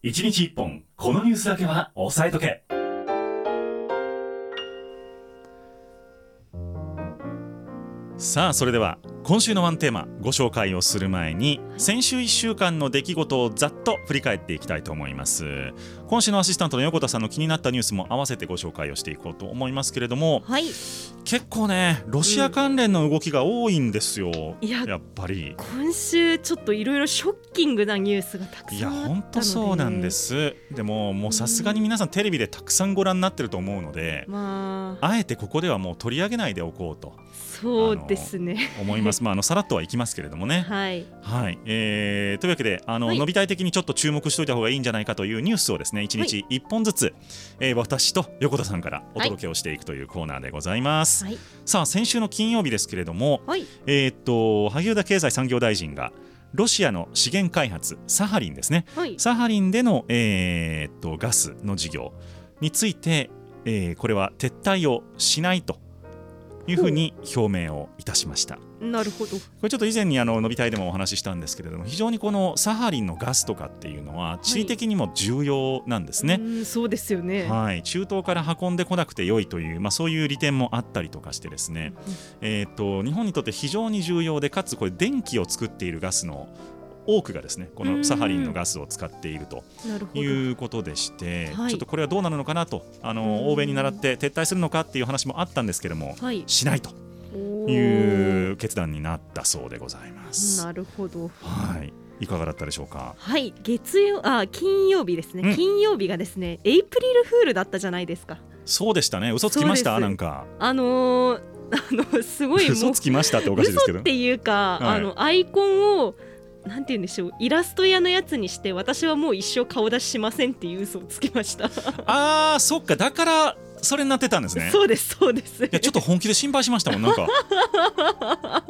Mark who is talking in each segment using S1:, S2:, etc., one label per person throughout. S1: 一日一本、このニュースだけは押さえとけ。さあ、それでは今週のワンテーマご紹介をする前に、先週1週間の出来事をざっと振り返っていきたいと思います。今週のアシスタントの横田さんの気になったニュースも合わせてご紹介をしていこうと思いますけれども、
S2: はい、
S1: 結構ね、ロシア関連の動きが多いんですよ、
S2: いや
S1: やっぱり。
S2: 今週ちょっといろいろショッキングなニュースがたく
S1: い
S2: さ
S1: や
S2: んあったので
S1: 本当そうなんですでももうさすがに皆さんテレビでたくさんご覧になってると思うので、
S2: まあ
S1: あえてここではもう取り上げないでおこうと
S2: そうですね
S1: 思いますまああのさらっとはいきますけれどもね
S2: はい
S1: はい、えーというわけであの、
S2: はい
S1: 伸びたい的にちょっと注目しておいた方がいいんじゃないかというニュースをですね1日1本ずつ、えー私と横田さんからお届けをしていくというコーナーでございます、
S2: はい
S1: さあ先週の金曜日ですけれども、
S2: はい
S1: えーっと萩生田経済産業大臣がロシアの資源開発サハリンですね
S2: はい
S1: サハリンでの、えーっとガスの事業について、えーこれは撤退をしないというふうに表明をいたしました。
S2: なるほど
S1: これちょっと以前にあの伸びたいでもお話ししたんですけれども非常にこのサハリンのガスとかっていうのは地理的にも重要なんですね。
S2: うんそうですよね
S1: はい、中東から運んでこなくて良いという、まあ、そういう利点もあったりとかしてですね、えー、と日本にとって非常に重要でかつこれ電気を作っているガスの多くがですねこのサハリンのガスを使っていると
S2: なるほど
S1: いうことでして、
S2: はい
S1: ちょっとこれはどうなるのかなとあ
S2: うん
S1: の欧米に倣って撤退するのかっていう話もあったんですけれども、
S2: はい
S1: しないと
S2: お
S1: い
S2: ー
S1: う決断になったそうでございます。
S2: なるほど
S1: はい、いかがだったでしょうか。
S2: はい月曜あ金曜日です
S1: うん
S2: ね金曜日がですねエイプリルフールだったじゃないですか
S1: そうでしたね。嘘つきまし
S2: そ
S1: た。
S2: うで
S1: な
S2: す
S1: んか
S2: あのーあのすごいも
S1: 嘘
S2: う
S1: つきましたっておかしいですけ
S2: 嘘
S1: ど
S2: っ。ていうか、
S1: はい
S2: あのアイコンをなんて言うんでしょうイラスト屋のやつにして私はもう一生顔出ししませんっていう嘘をつきました、
S1: ああ、そっか。だからそれになってたんですね。
S2: そうですそうです
S1: いやちょっと本気で心配しましたもん。 なんか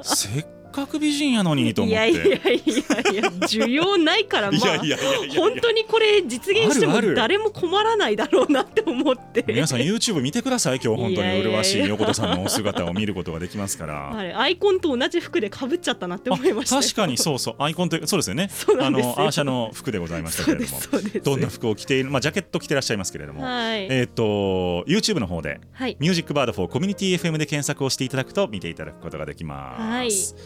S1: せっかく美人やのにと思って。
S2: やいやいやいや需要ないからまあ
S1: いやいやいやいやいや
S2: 本当にこれ実現して
S1: あ
S2: も
S1: るある
S2: 誰も困らないだろうなって思って
S1: 皆さん YouTube 見てください今日本当
S2: いやい
S1: に
S2: やいや
S1: 麗しい横田さんのお姿を見ることができますから
S2: あれアイコンと同じ服でかぶっちゃったなって思いましたよ
S1: 確かにそうそうアイコンというそうですよね
S2: そうな
S1: あ
S2: んですよ
S1: のアーシャの服でございました
S2: そ
S1: け
S2: う
S1: れ
S2: で
S1: ども
S2: すそうです
S1: どんな服を着ているまあジャケット着てらっしゃいますけれども、
S2: はい、
S1: えっ、と YouTube の方で
S2: はい
S1: ミュージックバード4コミュニティ FM で検索をしていただくと見ていただくことができます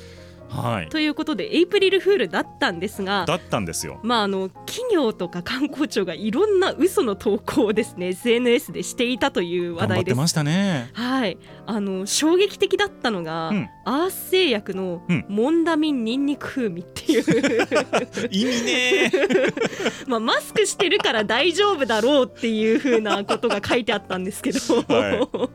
S1: はい、
S2: ということでエイプリルフールだったんですが
S1: だったんですよ
S2: まあ、あの企業とか観光庁がいろんな嘘の投稿をですね SNS でしていたという
S1: 頑
S2: 話
S1: 張っ
S2: 題で
S1: て
S2: す。
S1: ました ね
S2: はい、あの衝撃的だったのが、
S1: うん
S2: アース製薬の
S1: うん
S2: モンダミンニンニク風味っていう、
S1: 意味ねー
S2: まあ、マスクしてるから大丈夫だろうっていうふうなことが書いてあったんですけど、、
S1: は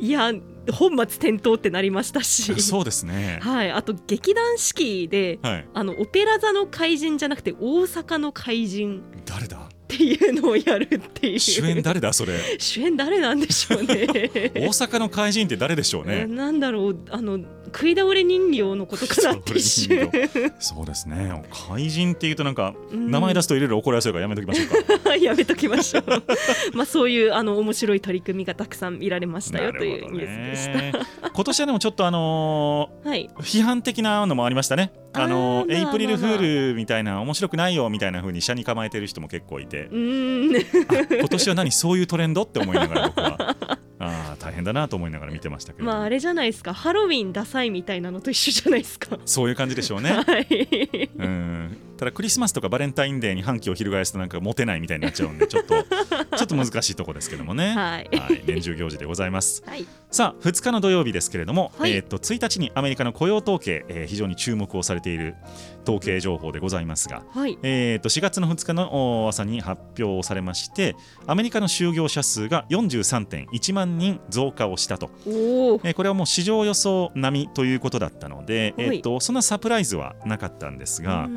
S1: い
S2: や本末転倒ってなりましたし、
S1: そうですね
S2: はい、あと劇団四季で
S1: はい
S2: あのオペラ座の怪人じゃなくて大阪の怪人
S1: 誰だ
S2: っていうのをやるっていう
S1: 主演誰だそれ
S2: 主演誰なんでしょう ね
S1: 大阪の怪人って誰でしょう
S2: え
S1: ね
S2: なんだろうあの食い倒れ人形のことかなって一
S1: 食い
S2: 瞬
S1: 倒 そうですね怪人っていうとなんか
S2: うん
S1: 名前出すといろいろ怒られそうだからやめときましょうか
S2: やめときましょうまあそう いうあの面白い取り組みがたくさん見られましたよというニュースでした、
S1: した今年はでもちょっとあの
S2: はい
S1: ー批判的なのもありましたねあのー
S2: あーまあ
S1: エイプリルフ
S2: まあまあ
S1: ールみたいな面白くないよみたいな風に車に構えてる人も結構いて
S2: うーん
S1: 今年は何そういうトレンドって思いながら僕はあー大変だなと思いながら見てましたけれども、
S2: まああれじゃないですかハロウィンダサいみたいなのと一緒じゃないです か
S1: そういう感じでしょうね
S2: はい
S1: うんただクリスマスとかバレンタインデーに反旗を翻すとなんかモテないみたいになっちゃうんでちょっ とちょっと難しいとこですけどもね、
S2: はい
S1: はい、年中行事でございます
S2: はい
S1: さあ2日の土曜日ですけれども、
S2: はい
S1: えーっと1日にアメリカの雇用統計、えー非常に注目をされている統計情報でございますが、
S2: はい
S1: えーっと4月の2日のお朝に発表されましてアメリカの就業者数が43.1万人増加をしたと、
S2: おお
S1: えーこれはもう市場予想並みということだったので、
S2: は
S1: え
S2: い
S1: ーっとそんなサプライズはなかったんですが、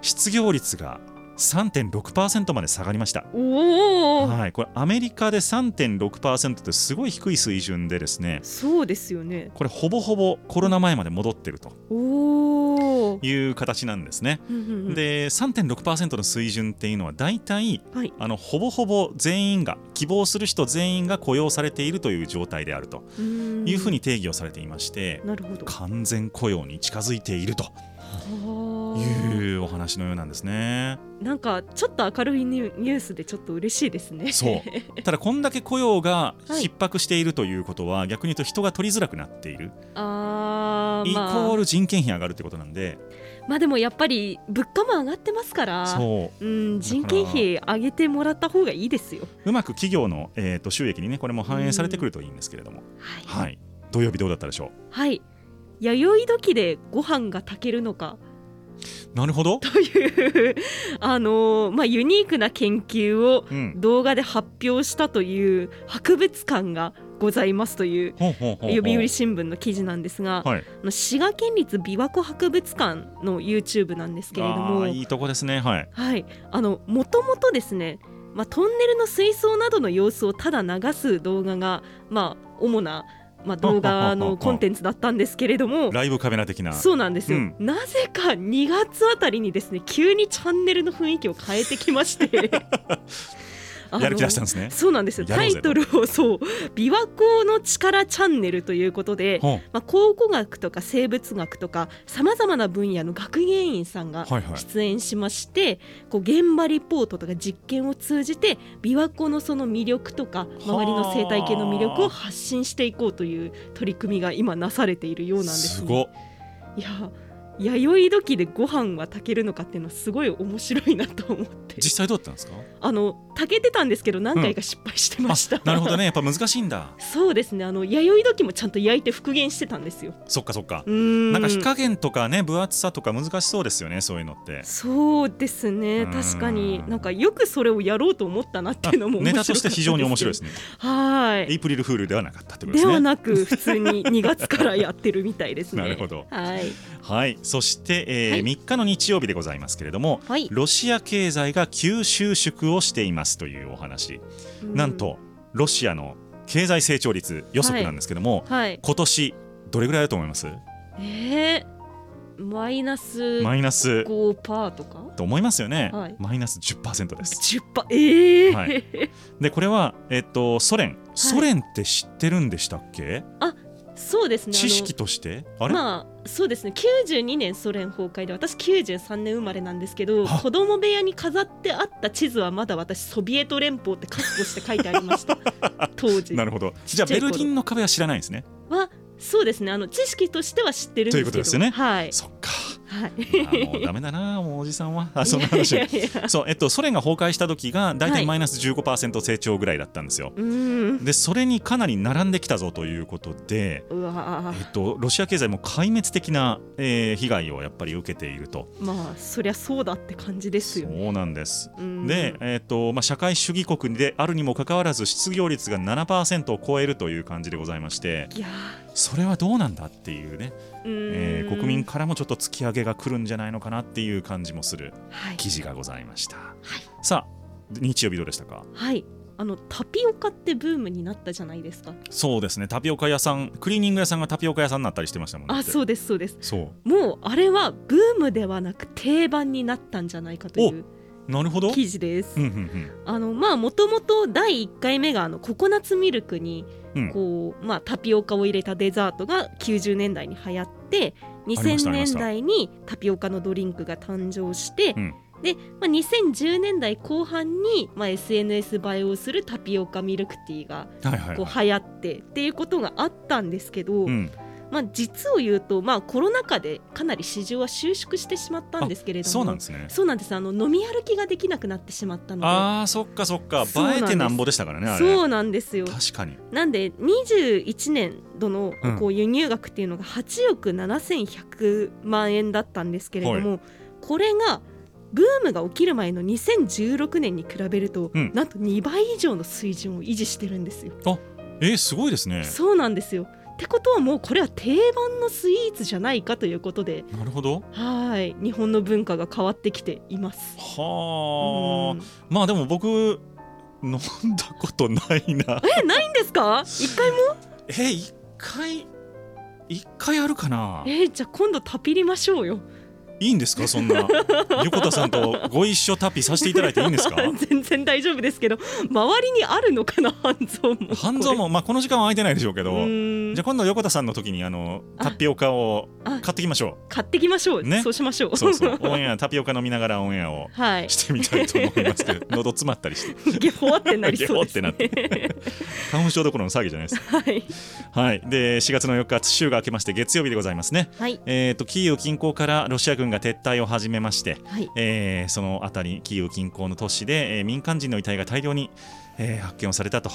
S1: 失業率が3.6%まで下がりました。
S2: おお
S1: はい、これアメリカで3.6%ってすごい低い水準でですね、
S2: そうですよね
S1: これほぼほぼコロナ前まで戻ってると
S2: おお
S1: いう形なんですね。で3.6%の水準っていうのは大体
S2: はい
S1: あのほぼほぼ全員が希望する人全員が雇用されているという状態であるというふうに定義をされていまして
S2: なるほど。
S1: 完全雇用に近づいていると
S2: は
S1: いうお話のようなんですね。
S2: なんかちょっと明るいニュニュースでちょっと嬉しいですね。
S1: そうただこんだけ雇用が
S2: はい
S1: 逼迫しているということは、逆に言うと人が取りづらくなっている、
S2: あー
S1: イコ
S2: まあ、
S1: ール人件費上がるってことなんで
S2: まあでもやっぱり物価も上がってますから。
S1: そう
S2: うん、人件費上げてもらった方がいいですよ。
S1: うまく企業の、えー、と収益にねこれも反映されてくるといいんですけれども、
S2: はい。はい。
S1: はい、土曜日どうだったでしょ
S2: 弥生時でご飯が炊けるのか
S1: うなるほど、
S2: というあのーまあユニークな研究を
S1: うん、
S2: 動画で発表したという博物館がございますという
S1: ほうほうほうほう
S2: 読売新聞の記事なんですが、
S1: はい、
S2: あの滋賀県立琵琶湖博物館の YouTube なんですけれど
S1: あ
S2: も
S1: ーいいとこですねはい
S2: はい、あのもともとですね、まあ、トンネルの水槽などの様子をただ流す動画が、まあ、主な、まあ、動画 のコンテンツだったんですけれども。
S1: ライブカメラ的な
S2: そうなんですよ、
S1: うん
S2: なぜか2月あたりにですね急にチャンネルの雰囲気を変えてきましてあの
S1: やる気出したんですね
S2: そうなんですよ
S1: やろ
S2: タ
S1: うぜ
S2: イ
S1: と
S2: トルをそう琵琶湖の力チャンネルということで、
S1: ほう
S2: まあ、考古学とか生物学とかさまざまな分野の学芸員さんが
S1: はいはい
S2: 出演しまして、こう現場リポートとか実験を通じて琵琶湖のその魅力とか周りの生態系の魅力を発信していこうという取り組みが今なされているようなんです、
S1: す
S2: ね、
S1: ごっ
S2: いや弥生時でご飯は炊けるのかっていうのはすごい面白いなと思って
S1: 実際どうだったんですか
S2: あの炊けてたんですけど何回か失敗してました、
S1: あなるほどねやっぱ難しいんだ
S2: そうですねあの弥生時もちゃんと焼いて復元してたんですよ
S1: そっかそっか
S2: うーん
S1: なんか火加減とかね分厚さとか難しそうですよねそういうのって
S2: そうですね
S1: うん
S2: 確かになんかよくそれをやろうと思ったなっていうのも
S1: ネタとして非常に面白いですすね
S2: は
S1: エ
S2: い
S1: イプリルフールではなかったってことで
S2: です
S1: ね
S2: はなく普通に2月からやってるみたいですね
S1: なるほど
S2: はい
S1: はいそして、えー
S2: はい
S1: 3日の日曜日でございますけれども
S2: はい
S1: ロシア経済が急収縮をしていますというお話、なんとロシアの経済成長率予測なんですけども、
S2: はい
S1: 今年どれぐらいだと思います
S2: えーマイナス
S1: マイナス
S2: 5パーとか
S1: と思いますよね、
S2: はい
S1: マイナス10%です
S2: 10パーええー
S1: はいでこれは、えっと、ソ連ソ連って知ってるんでしたっけ、
S2: そうですねあの
S1: 知識としてあれ、
S2: まあそうですね92年ソ連崩壊で私93年生まれなんですけど
S1: は
S2: 子供部屋に飾ってあった地図はまだ私ソビエト連邦ってカッコして書いてありました 当時
S1: なるほどじゃあ
S2: ちっちゃ
S1: ベ
S2: い頃
S1: ルリンの壁は知らないんですね
S2: はそうですねあの知識としては知ってるんです
S1: とい
S2: けど
S1: うことですよね
S2: はい、
S1: そっか
S2: はい、
S1: あもうダメだな もうおじさんはあそんな話
S2: いやいやいや
S1: そうえっと、ソ連が崩壊した時が大
S2: は
S1: 体
S2: い
S1: マイナス15%成長ぐらいだったんですよ。
S2: うーん
S1: でそれにかなり並んできたぞということで、
S2: うわ
S1: え
S2: ー
S1: っと、ロシア経済も壊滅的な、えー被害をやっぱり受けていると。
S2: まあそりゃそうだって感じですよね
S1: そうなんです
S2: うん
S1: で、えっとまあ、社会主義国であるにもかかわらず失業率が7%を超えるという感じでございまして
S2: いや
S1: それはどうなんだっていうね、
S2: ーうー
S1: え
S2: ん
S1: ー国民からもちょっと突き上げが来るんじゃないのかなっていう感じもする
S2: はい、
S1: 記事がございました。さあ日曜日どうでしたか
S2: はい、あのタピオカってブームになったじゃないですか
S1: そうですねタピオカ屋さんクリーニング屋さんがタピオカ屋さんになったりしてましたもんね
S2: あ
S1: う
S2: そうですそうです
S1: そ
S2: もうあれはブームではなく定番になったんじゃないかという
S1: うなるほど
S2: 記事です
S1: うんうんうん
S2: あのまあもともと第1回目があのココナッツミルクに
S1: うん
S2: こう、まあ、タピオカを入れたデザートが90年代に流行って
S1: りました
S2: 2000
S1: ありまし
S2: 年
S1: た
S2: 代にタピオカのドリンクが誕生して、
S1: うん
S2: で、まあ、2010年代後半に、まあ、SNS 映えをするタピオカミルクティーが
S1: はいはい、
S2: こ
S1: は
S2: う流行ってっていうことがあったんですけど、
S1: いうん、
S2: まあ、実を言うと、まあ、コロナ禍でかなり市場は収縮してしまったんですけれども
S1: そうなんですね
S2: そうなんですあの飲み歩きができなくなってしまったので
S1: あーそっかそっか
S2: そうなん
S1: 映え
S2: です
S1: てなんぼでしたからねあれ
S2: そうなんですよ
S1: 確かに
S2: なんで21年度の
S1: うん
S2: こう輸入額っていうのが8億7100万円だったんですけれども、これがブームが起きる前の2016年に比べると、
S1: うん
S2: なんと2倍以上の水準を維持してるんですよ。
S1: えー、すごいですね
S2: そうなんですよってことはもうこれは定番のスイーツじゃないかということで
S1: なるほど
S2: はい、日本の文化が変わってきています。
S1: は
S2: うん
S1: あまあでも僕飲んだことないな
S2: え、ないんですか？一 回も？
S1: えー、一回一回あるかな
S2: え、じゃあ今度タピりましょうよ。
S1: いいんですかそんな横田さんとご一緒タピさせていただいていいんです か
S2: 全然大丈夫ですけど周りにあるのかな半蔵門
S1: 半蔵門まあこの時間は空いてないでしょうけ
S2: こ
S1: ど
S2: れうーん
S1: じゃあ今度横田さんの時にあのタピオカを
S2: あ
S1: 買ってきましょ
S2: 買ってきましょう、
S1: ね
S2: そうしまし ょう
S1: うそうそうオンエアタピオカ飲みながらオンエアを
S2: はい
S1: してみたいと思います けど喉詰まったりして
S2: ゲホワってなりそうですね
S1: ゲホって花粉症どころの騒ぎじゃないです
S2: はい
S1: はいで4月の4日週が明けまして月曜日でございますね
S2: はい
S1: えーとキーウ近郊からロシア軍が撤退を始めまして
S2: はい
S1: えーその辺りキーウ近郊の都市で、えー民間人の遺体が大量に、えー発見をされたと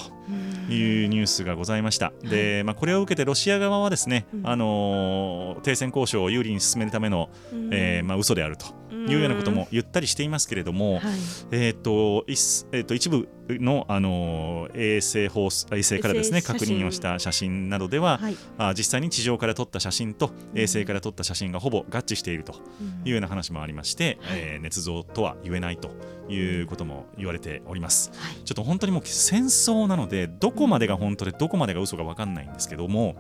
S1: いうニュースがございました、で、まあ、これを受けてロシア側はですね、
S2: うん
S1: あのー停戦交渉を有利に進めるための、えーまあ嘘であるというようなことも言ったりしていますけれども、
S2: はい
S1: えーといっすえーと一部の、あのー衛星放送衛星からです
S2: 衛
S1: ね
S2: 星写
S1: 確
S2: 真
S1: 認をした写真などでは、
S2: はい
S1: あ実際に地上から撮った写真と衛星から撮った写真がほぼ合致しているというような話もありまして、
S2: はい
S1: えー捏造とは言えないということも言われております。
S2: はい
S1: ちょっと本当にもう戦争なのでどこまでが本当でどこまでが嘘か分かんないんですけども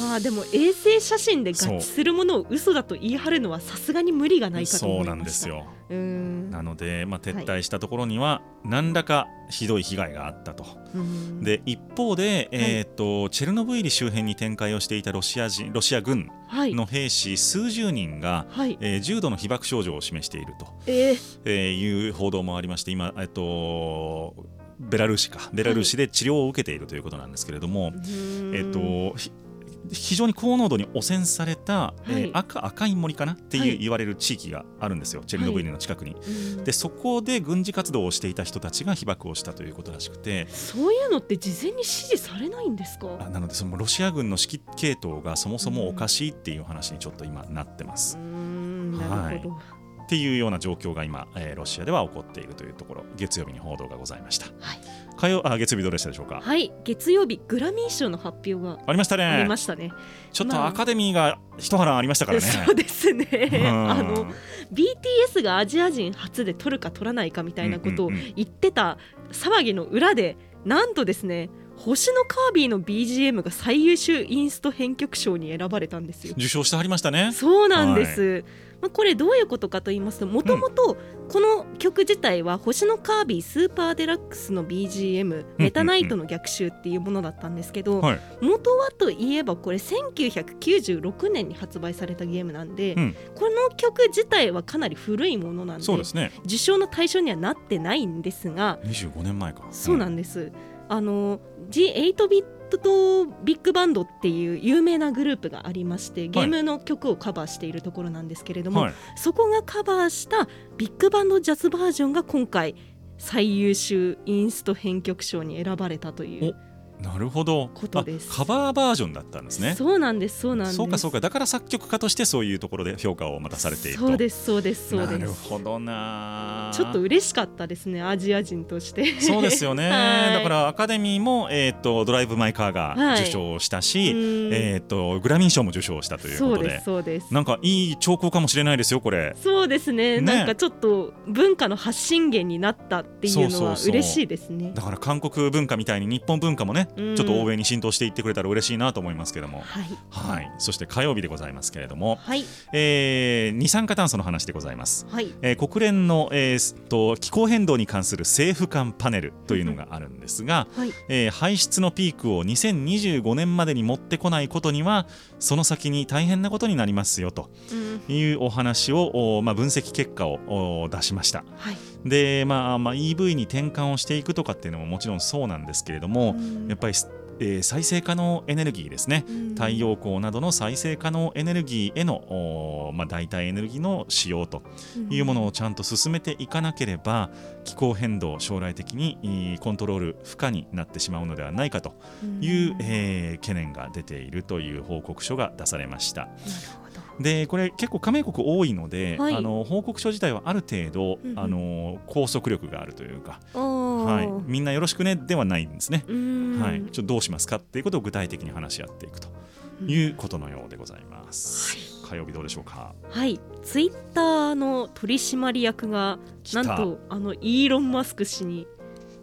S2: まあでも衛星写真で合致するものを嘘だと言い張るのはさすがに無理がないかと
S1: そう
S2: 思いました
S1: なんですよ
S2: うーん
S1: なので、まあ、撤退したところには何らかひどい被害があったと、
S2: うん
S1: で一方で、えーとチェルノブイリ周辺に展開をしていたロシア人ロシア軍
S2: はい
S1: の兵士数十人が、
S2: はい
S1: えー重度の被爆症状を示していると
S2: えー
S1: えーいう報道もありまして今、えっと、ベラルーシかベラルーシで治療を受けているということなんですけれども、
S2: うーん
S1: えっと、ひ非常に高濃度に汚染された、えー
S2: はい
S1: 赤赤い森かなっていう、
S2: はい
S1: 言われる地域があるんですよチェルノブイリの近くに。
S2: うん
S1: でそこで軍事活動をしていた人たちが被爆をしたということらしくて。
S2: そういうのって事前に指示されないんですか
S1: あなのでそのロシア軍の指揮系統がそもそもおかしいっていう話にちょっと今なってま
S2: うー
S1: す。
S2: んなるほど、
S1: っていうような状況が今、えーロシアでは起こっているというところ月曜日に報道がございました。
S2: はい
S1: 火曜あ月曜日どうでしたでしょうか、
S2: はい、月曜日グラミー賞の発表が
S1: ありました
S2: あり
S1: ね
S2: ましたね。
S1: ちょっ
S2: ま
S1: と
S2: あ
S1: アカデミーが一波乱ありましたからね
S2: そうですね。
S1: うん
S2: あの BTS がアジア人初で取るか取らないかみたいなことを
S1: うんうんうん
S2: 言ってた騒ぎの裏で、なんとですね、星のカービィの BGM が最優秀インスト編曲賞に選ばれたんですよ。
S1: 受賞してはりましたね
S2: そうなんです、まあ、これどういうことかと言いますともともとこの曲自体は「星のカービィスーパーデラックス」の BGM「メタナイトの逆襲」っていうものだったんですけど、
S1: はい
S2: 元はといえばこれ1996年に発売されたゲームなんで、
S1: うん
S2: この曲自体はかなり古いものなんで
S1: そうですね
S2: 受賞の対象にはなってないんですが
S1: 25年前か
S2: そうなん
S1: で
S2: です、あの G8 ビットビッグバンドっていう有名なグループがありましてゲームの曲をカバーしているところなんですけれども、
S1: はい、
S2: そこがカバーしたビッグバンドジャズバージョンが今回最優秀インスト編曲賞に選ばれたという
S1: なるほど
S2: ことです
S1: あカバーバージョンだったんですね
S2: そうなんですそうなんです
S1: そうかそうかだから作曲家としてそういうところで評価をまたされていると
S2: そうですそうですそう
S1: な
S2: で
S1: る
S2: す
S1: ほどな
S2: ちょっと嬉しかったですねアジア人として
S1: そうですよね、
S2: はい
S1: だからアカデミーも、えー、とドライブ・マイ・カーが
S2: はい
S1: 受賞した
S2: う
S1: し、
S2: ん
S1: えー、とグラミー賞も受賞したという
S2: そ
S1: こ
S2: う
S1: と
S2: です
S1: で
S2: そうです
S1: なんかいい兆候かもしれないですよこれ
S2: そうです
S1: ね
S2: ねなんかちょっと文化の発信源になったっていう
S1: そう
S2: の
S1: そう
S2: は
S1: そう
S2: 嬉しいですね
S1: だから韓国文化みたいに日本文化もね、
S2: うん
S1: ちょっと欧米に浸透していってくれたら嬉しいなと思いますけども、
S2: はい
S1: はい、そして火曜日でございますけれども、
S2: はい
S1: えー二酸化炭素の話でございます。
S2: はい
S1: えー国連の、えーすと気候変動に関する政府間パネルというのがあるんですが、
S2: はい
S1: えー排出のピークを2025年までに持ってこないことにはその先に大変なことになりますよと
S2: うん
S1: いうお話を、おまあ、分析結果をお出しました。
S2: はい
S1: で、まあまあ、EV に転換をしていくとかっていうのももちろんそうなんですけれども、やっぱり、えー再生可能エネルギーですね太陽光などの再生可能エネルギーへの、おーまあ、代替エネルギーの使用というものをちゃんと進めていかなければ気候変動将来的にえーコントロール不可になってしまうのではないかという、えー懸念が出ているという報告書が出されました。でこれ結構加盟国多いので、
S2: はい
S1: あの報告書自体はある程度、
S2: うんうん
S1: あの拘束力があるというか、は、
S2: はい
S1: みんなよろしくねではないんですね。はい、ちょっとどうしますかっていうことを具体的に話し合っていくということのようでございます。火曜日どうでしょうか。
S2: はい、ツイッターの取締役が
S1: 来
S2: な
S1: た
S2: んとあのイーロン・マスク氏に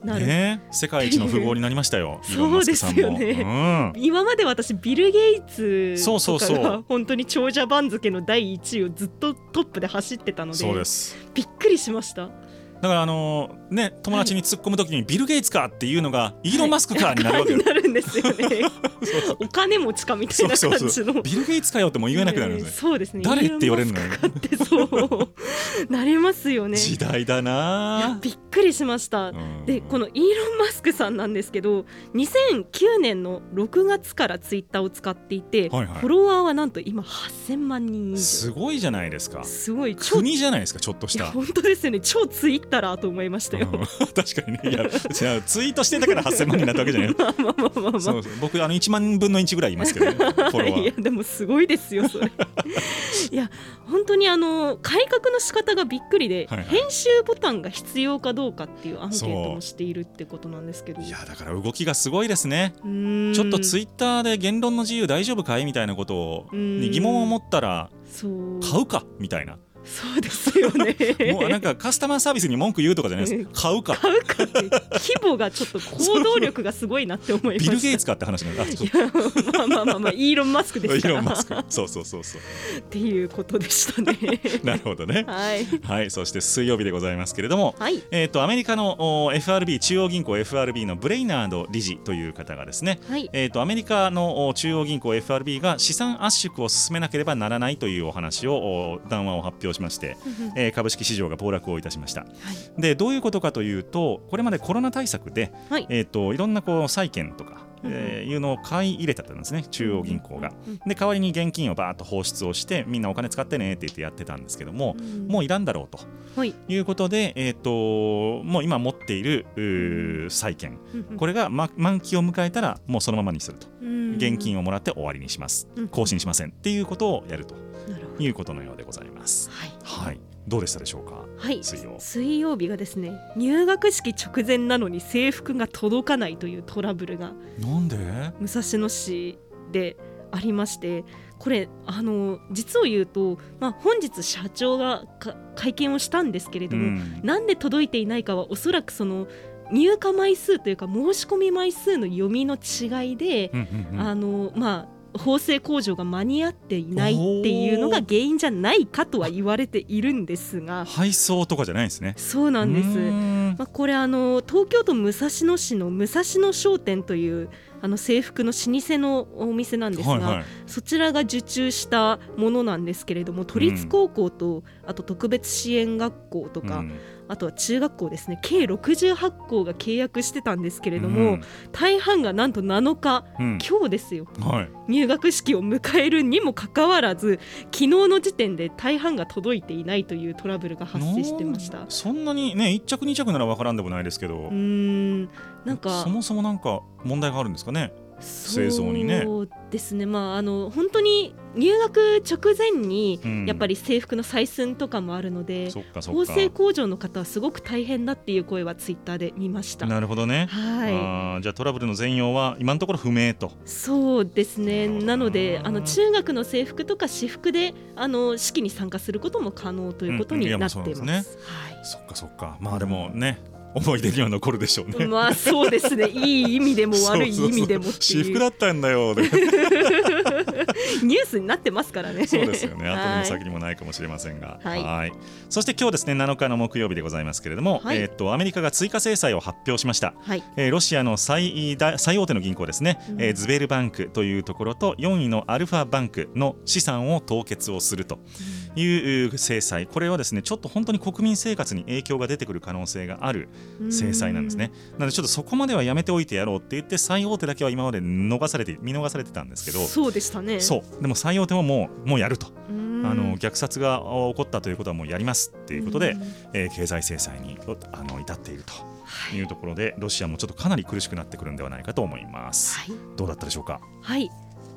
S2: なる、、
S1: ね、世界一の富豪になりましたよ
S2: そう
S1: イーロンマスクさんも
S2: ですよ
S1: うん
S2: 今まで私ビル・ゲイツ
S1: そうそ
S2: と
S1: うそ
S2: か
S1: う
S2: が本当に長者番付の第1位をずっとトップで走ってたので
S1: そうです
S2: びっくりしました
S1: だからあのーね友達に突っ込むときにビル・ゲイツかっていうのがイーロン・マスクかになる わけよ、
S2: なるんですよね
S1: そう
S2: お金持ちかみたいな感じの
S1: そうそうビル・ゲイツかよってもう言えなくなるんですね
S2: えーそうですね
S1: 誰って言われるのよ
S2: イーロンマスクかってそうなりますよね
S1: 時代だ
S2: いや
S1: な
S2: びっくりしました、
S1: うん
S2: でこのイーロン・マスクさんなんですけど2009年の6月からツイッターを使っていて、
S1: はいはい
S2: フォロワーはなんと今8000万人以上
S1: すごいじゃないですか
S2: すごい超い
S1: 国じゃないですかちょっとし
S2: や
S1: た
S2: 本当ですよね超ツイッターだと思いましたよ、
S1: うん 確かにねいやじゃあツイートしてたから8000万になったわけじゃない
S2: まあまあまあまあまあ
S1: そうそう僕あの1万分の1ぐらいいますけどね、フォロワ
S2: いや
S1: ー
S2: でもすごいですよ それいや本当にあの改革の仕方がびっくりで、
S1: はいはい
S2: 編集ボタンが必要かどうかっていうアンケートもしているってことなんですけど
S1: いやだから動きがすごいですね
S2: うーん
S1: ちょっとツイッターで言論の自由大丈夫かいみたいなことを
S2: うん
S1: に疑問を持ったら
S2: そう
S1: 買うかみたいな
S2: そうですよね
S1: もうなんかカスタマーサービスに文句言うとかじゃない です買うか
S2: 買うかって規模がちょっと行動力がすごいなって思いま
S1: ビ
S2: した
S1: ル・ゲイツかって話なんだあちょっと
S2: まあまあまあまあイーロン・マスクで
S1: イ
S2: すか
S1: ーロン・マ
S2: ら
S1: スクそうそうそうそう
S2: っていうことでした ね
S1: なるほどね
S2: はい
S1: はいそして水曜日でございますけれども
S2: はい
S1: えー、とアメリカのお FRB 中央銀行 FRB のブレイナード理事という方がですね、
S2: はい
S1: えー、とアメリカのお中央銀行 FRB が資産圧縮を進めなければならないというお話をお談話を発表しまして、えー株式市場が暴落をいたしましたでどういうことかというとこれまでコロナ対策で、
S2: はい
S1: えー、といろんなこう債券とか、
S2: うんうん
S1: えーいうのを買い入れたんですね中央銀行が。で代わりに現金をバーッと放出をしてみんなお金使ってねって言ってやってたんですけども、もういらんだろうと
S2: うんはい
S1: いうことで、えー、ともう今持っているうー債券こ
S2: れ
S1: れが、ま、満期を迎えたらもうそのままにすると現金をもらって終わりにします
S2: うん
S1: 更新しませんっていうことをやると
S2: なるほど
S1: いうことのようでございます。
S2: はい
S1: はいどうでしたでしょうか
S2: はい
S1: 水曜
S2: 水曜日がですね入学式直前なのに制服が届かないというトラブルが
S1: なんで
S2: 武蔵野市でありましてこれあの実を言うと、まあ、本日社長がか会見をしたんですけれども、
S1: ん
S2: なんで届いていないかはおそらくその入荷枚数というか申し込み枚数の読みの違いで、
S1: うんうんうん
S2: あのまあ縫製工場が間に合っていないっていうのが原因じゃないかとは言われているんですが
S1: 配送とかじゃないんですね。
S2: そうなんです。
S1: うーん
S2: まあ、これあの東京都武蔵野市の武蔵野商店というあの制服の老舗のお店なんですが、
S1: はいはい。
S2: そちらが受注したものなんですけれども都立高校と、あと特別支援学校とか、
S1: うん
S2: あとは中学校ですね計68校が契約してたんですけれども、
S1: うん
S2: 大半がなんと7日
S1: うん
S2: 今日ですよ
S1: はい。
S2: 入学式を迎えるにもかかわらず昨日の時点で大半が届いていないというトラブルが発生してまし
S1: な
S2: た
S1: ん。そんなにね一着二着ならわからんでもないですけど
S2: うー。んなんか
S1: そもそもなんか問題があるんですかね。製造にね
S2: そうですねまああの本当に入学直前に
S1: うん
S2: やっぱり制服の採寸とかもあるので、
S1: そっかそ
S2: 縫
S1: っか。
S2: 製工場の方はすごく大変だっていう声はツイッターで見ました。
S1: なるほどね。
S2: はい
S1: あーじゃあトラブルの全容は今のところ不明と。
S2: そうですね
S1: なるほど
S2: なのであの中学の制服とか私服であの式に参加することも可能ということに
S1: うんいや
S2: な
S1: まあ
S2: っています。
S1: そうですそっかそっか。まあでもね思い出には残るでしょう
S2: はい、
S1: ね。
S2: まあそうですねいい意味でも悪 い
S1: そうそうそう
S2: 意味でもって
S1: 私
S2: い
S1: 服
S2: う
S1: だったんだよ。で
S2: ニュースになってますからね。
S1: そうですよ ね。後にも
S2: はい
S1: 先にもないかもしれませんが。
S2: はい
S1: そして今日ですね、7日の木曜日でございますけれども、
S2: はい
S1: えーっとアメリカが追加制裁を発表しました。
S2: はい
S1: えーロシアの最大最大手の銀行ですね、
S2: うん
S1: えーズベルバンクというところと4位のアルファバンクの資産を凍結をするというう制裁これはですねちょっと本当に国民生活に影響が出てくる可能性がある制裁なんですね。なのでちょっとそこまではやめておいてやろうって言って最大手だけは今まで逃されて見逃されてたんですけど
S2: そうでしたね。
S1: そうでも最大手ももうもうやると、
S2: うーん
S1: あの虐殺が起こったということはもうやりますっていうことで、
S2: ん
S1: えー経済制裁にあの至っていると。
S2: はい
S1: いうところでロシアもちょっとかなり苦しくなってくるんではないかと思います、
S2: はい
S1: どうだったでしょうか
S2: はい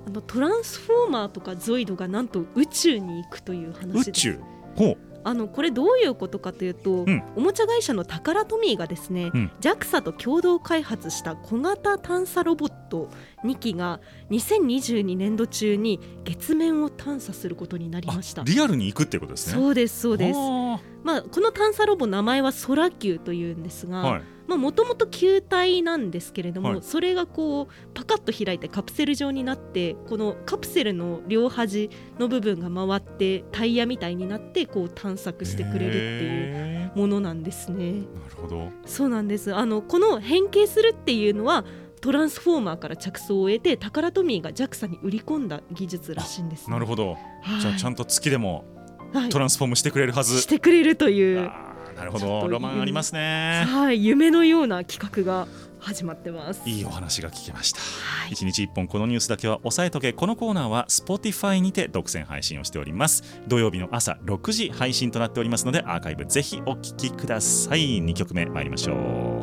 S2: あのトランスフォーマーとかゾイドがなんと宇宙に行くという話です
S1: 宇宙ほう
S2: あのこれどういうことかというと、
S1: うん
S2: おもちゃ会社のタカラトミーがですね、
S1: うん
S2: JAXA と共同開発した小型探査ロボット2機が2022年度中に月面を探査することになりました
S1: あリアルに行くっていうことですね
S2: そうですそうです
S1: は
S2: まあ、この探査ロボ名前は空球というんですが、
S1: はい
S2: もともと球体なんですけれども、
S1: はい
S2: それがこうパカッと開いてカプセル状になってこのカプセルの両端の部分が回ってタイヤみたいになってこう探索してくれるっていう
S1: へ
S2: ものなんですね。
S1: ーなるほど
S2: そうなんですあのこの変形するっていうのはトランスフォーマーから着想を得てタカラトミーが JAXA に売り込んだ技術らしいんです、ね、
S1: なるほどじゃあちゃ
S2: ん
S1: んと月でも
S2: と、はい
S1: トランスフォームしてくれるはず
S2: してくれるという、
S1: あーなるほ
S2: ちょっ
S1: ど
S2: と
S1: ロマンありますね
S2: はい、夢のような企画が始まってます。
S1: いいお話が聞けました
S2: はい
S1: 一日一本このニュースだけは押さえとけこのコーナーは Spotify にて独占配信をしております土曜日の朝6時配信となっておりますのでアーカイブぜひお聞きください2曲目参りましょう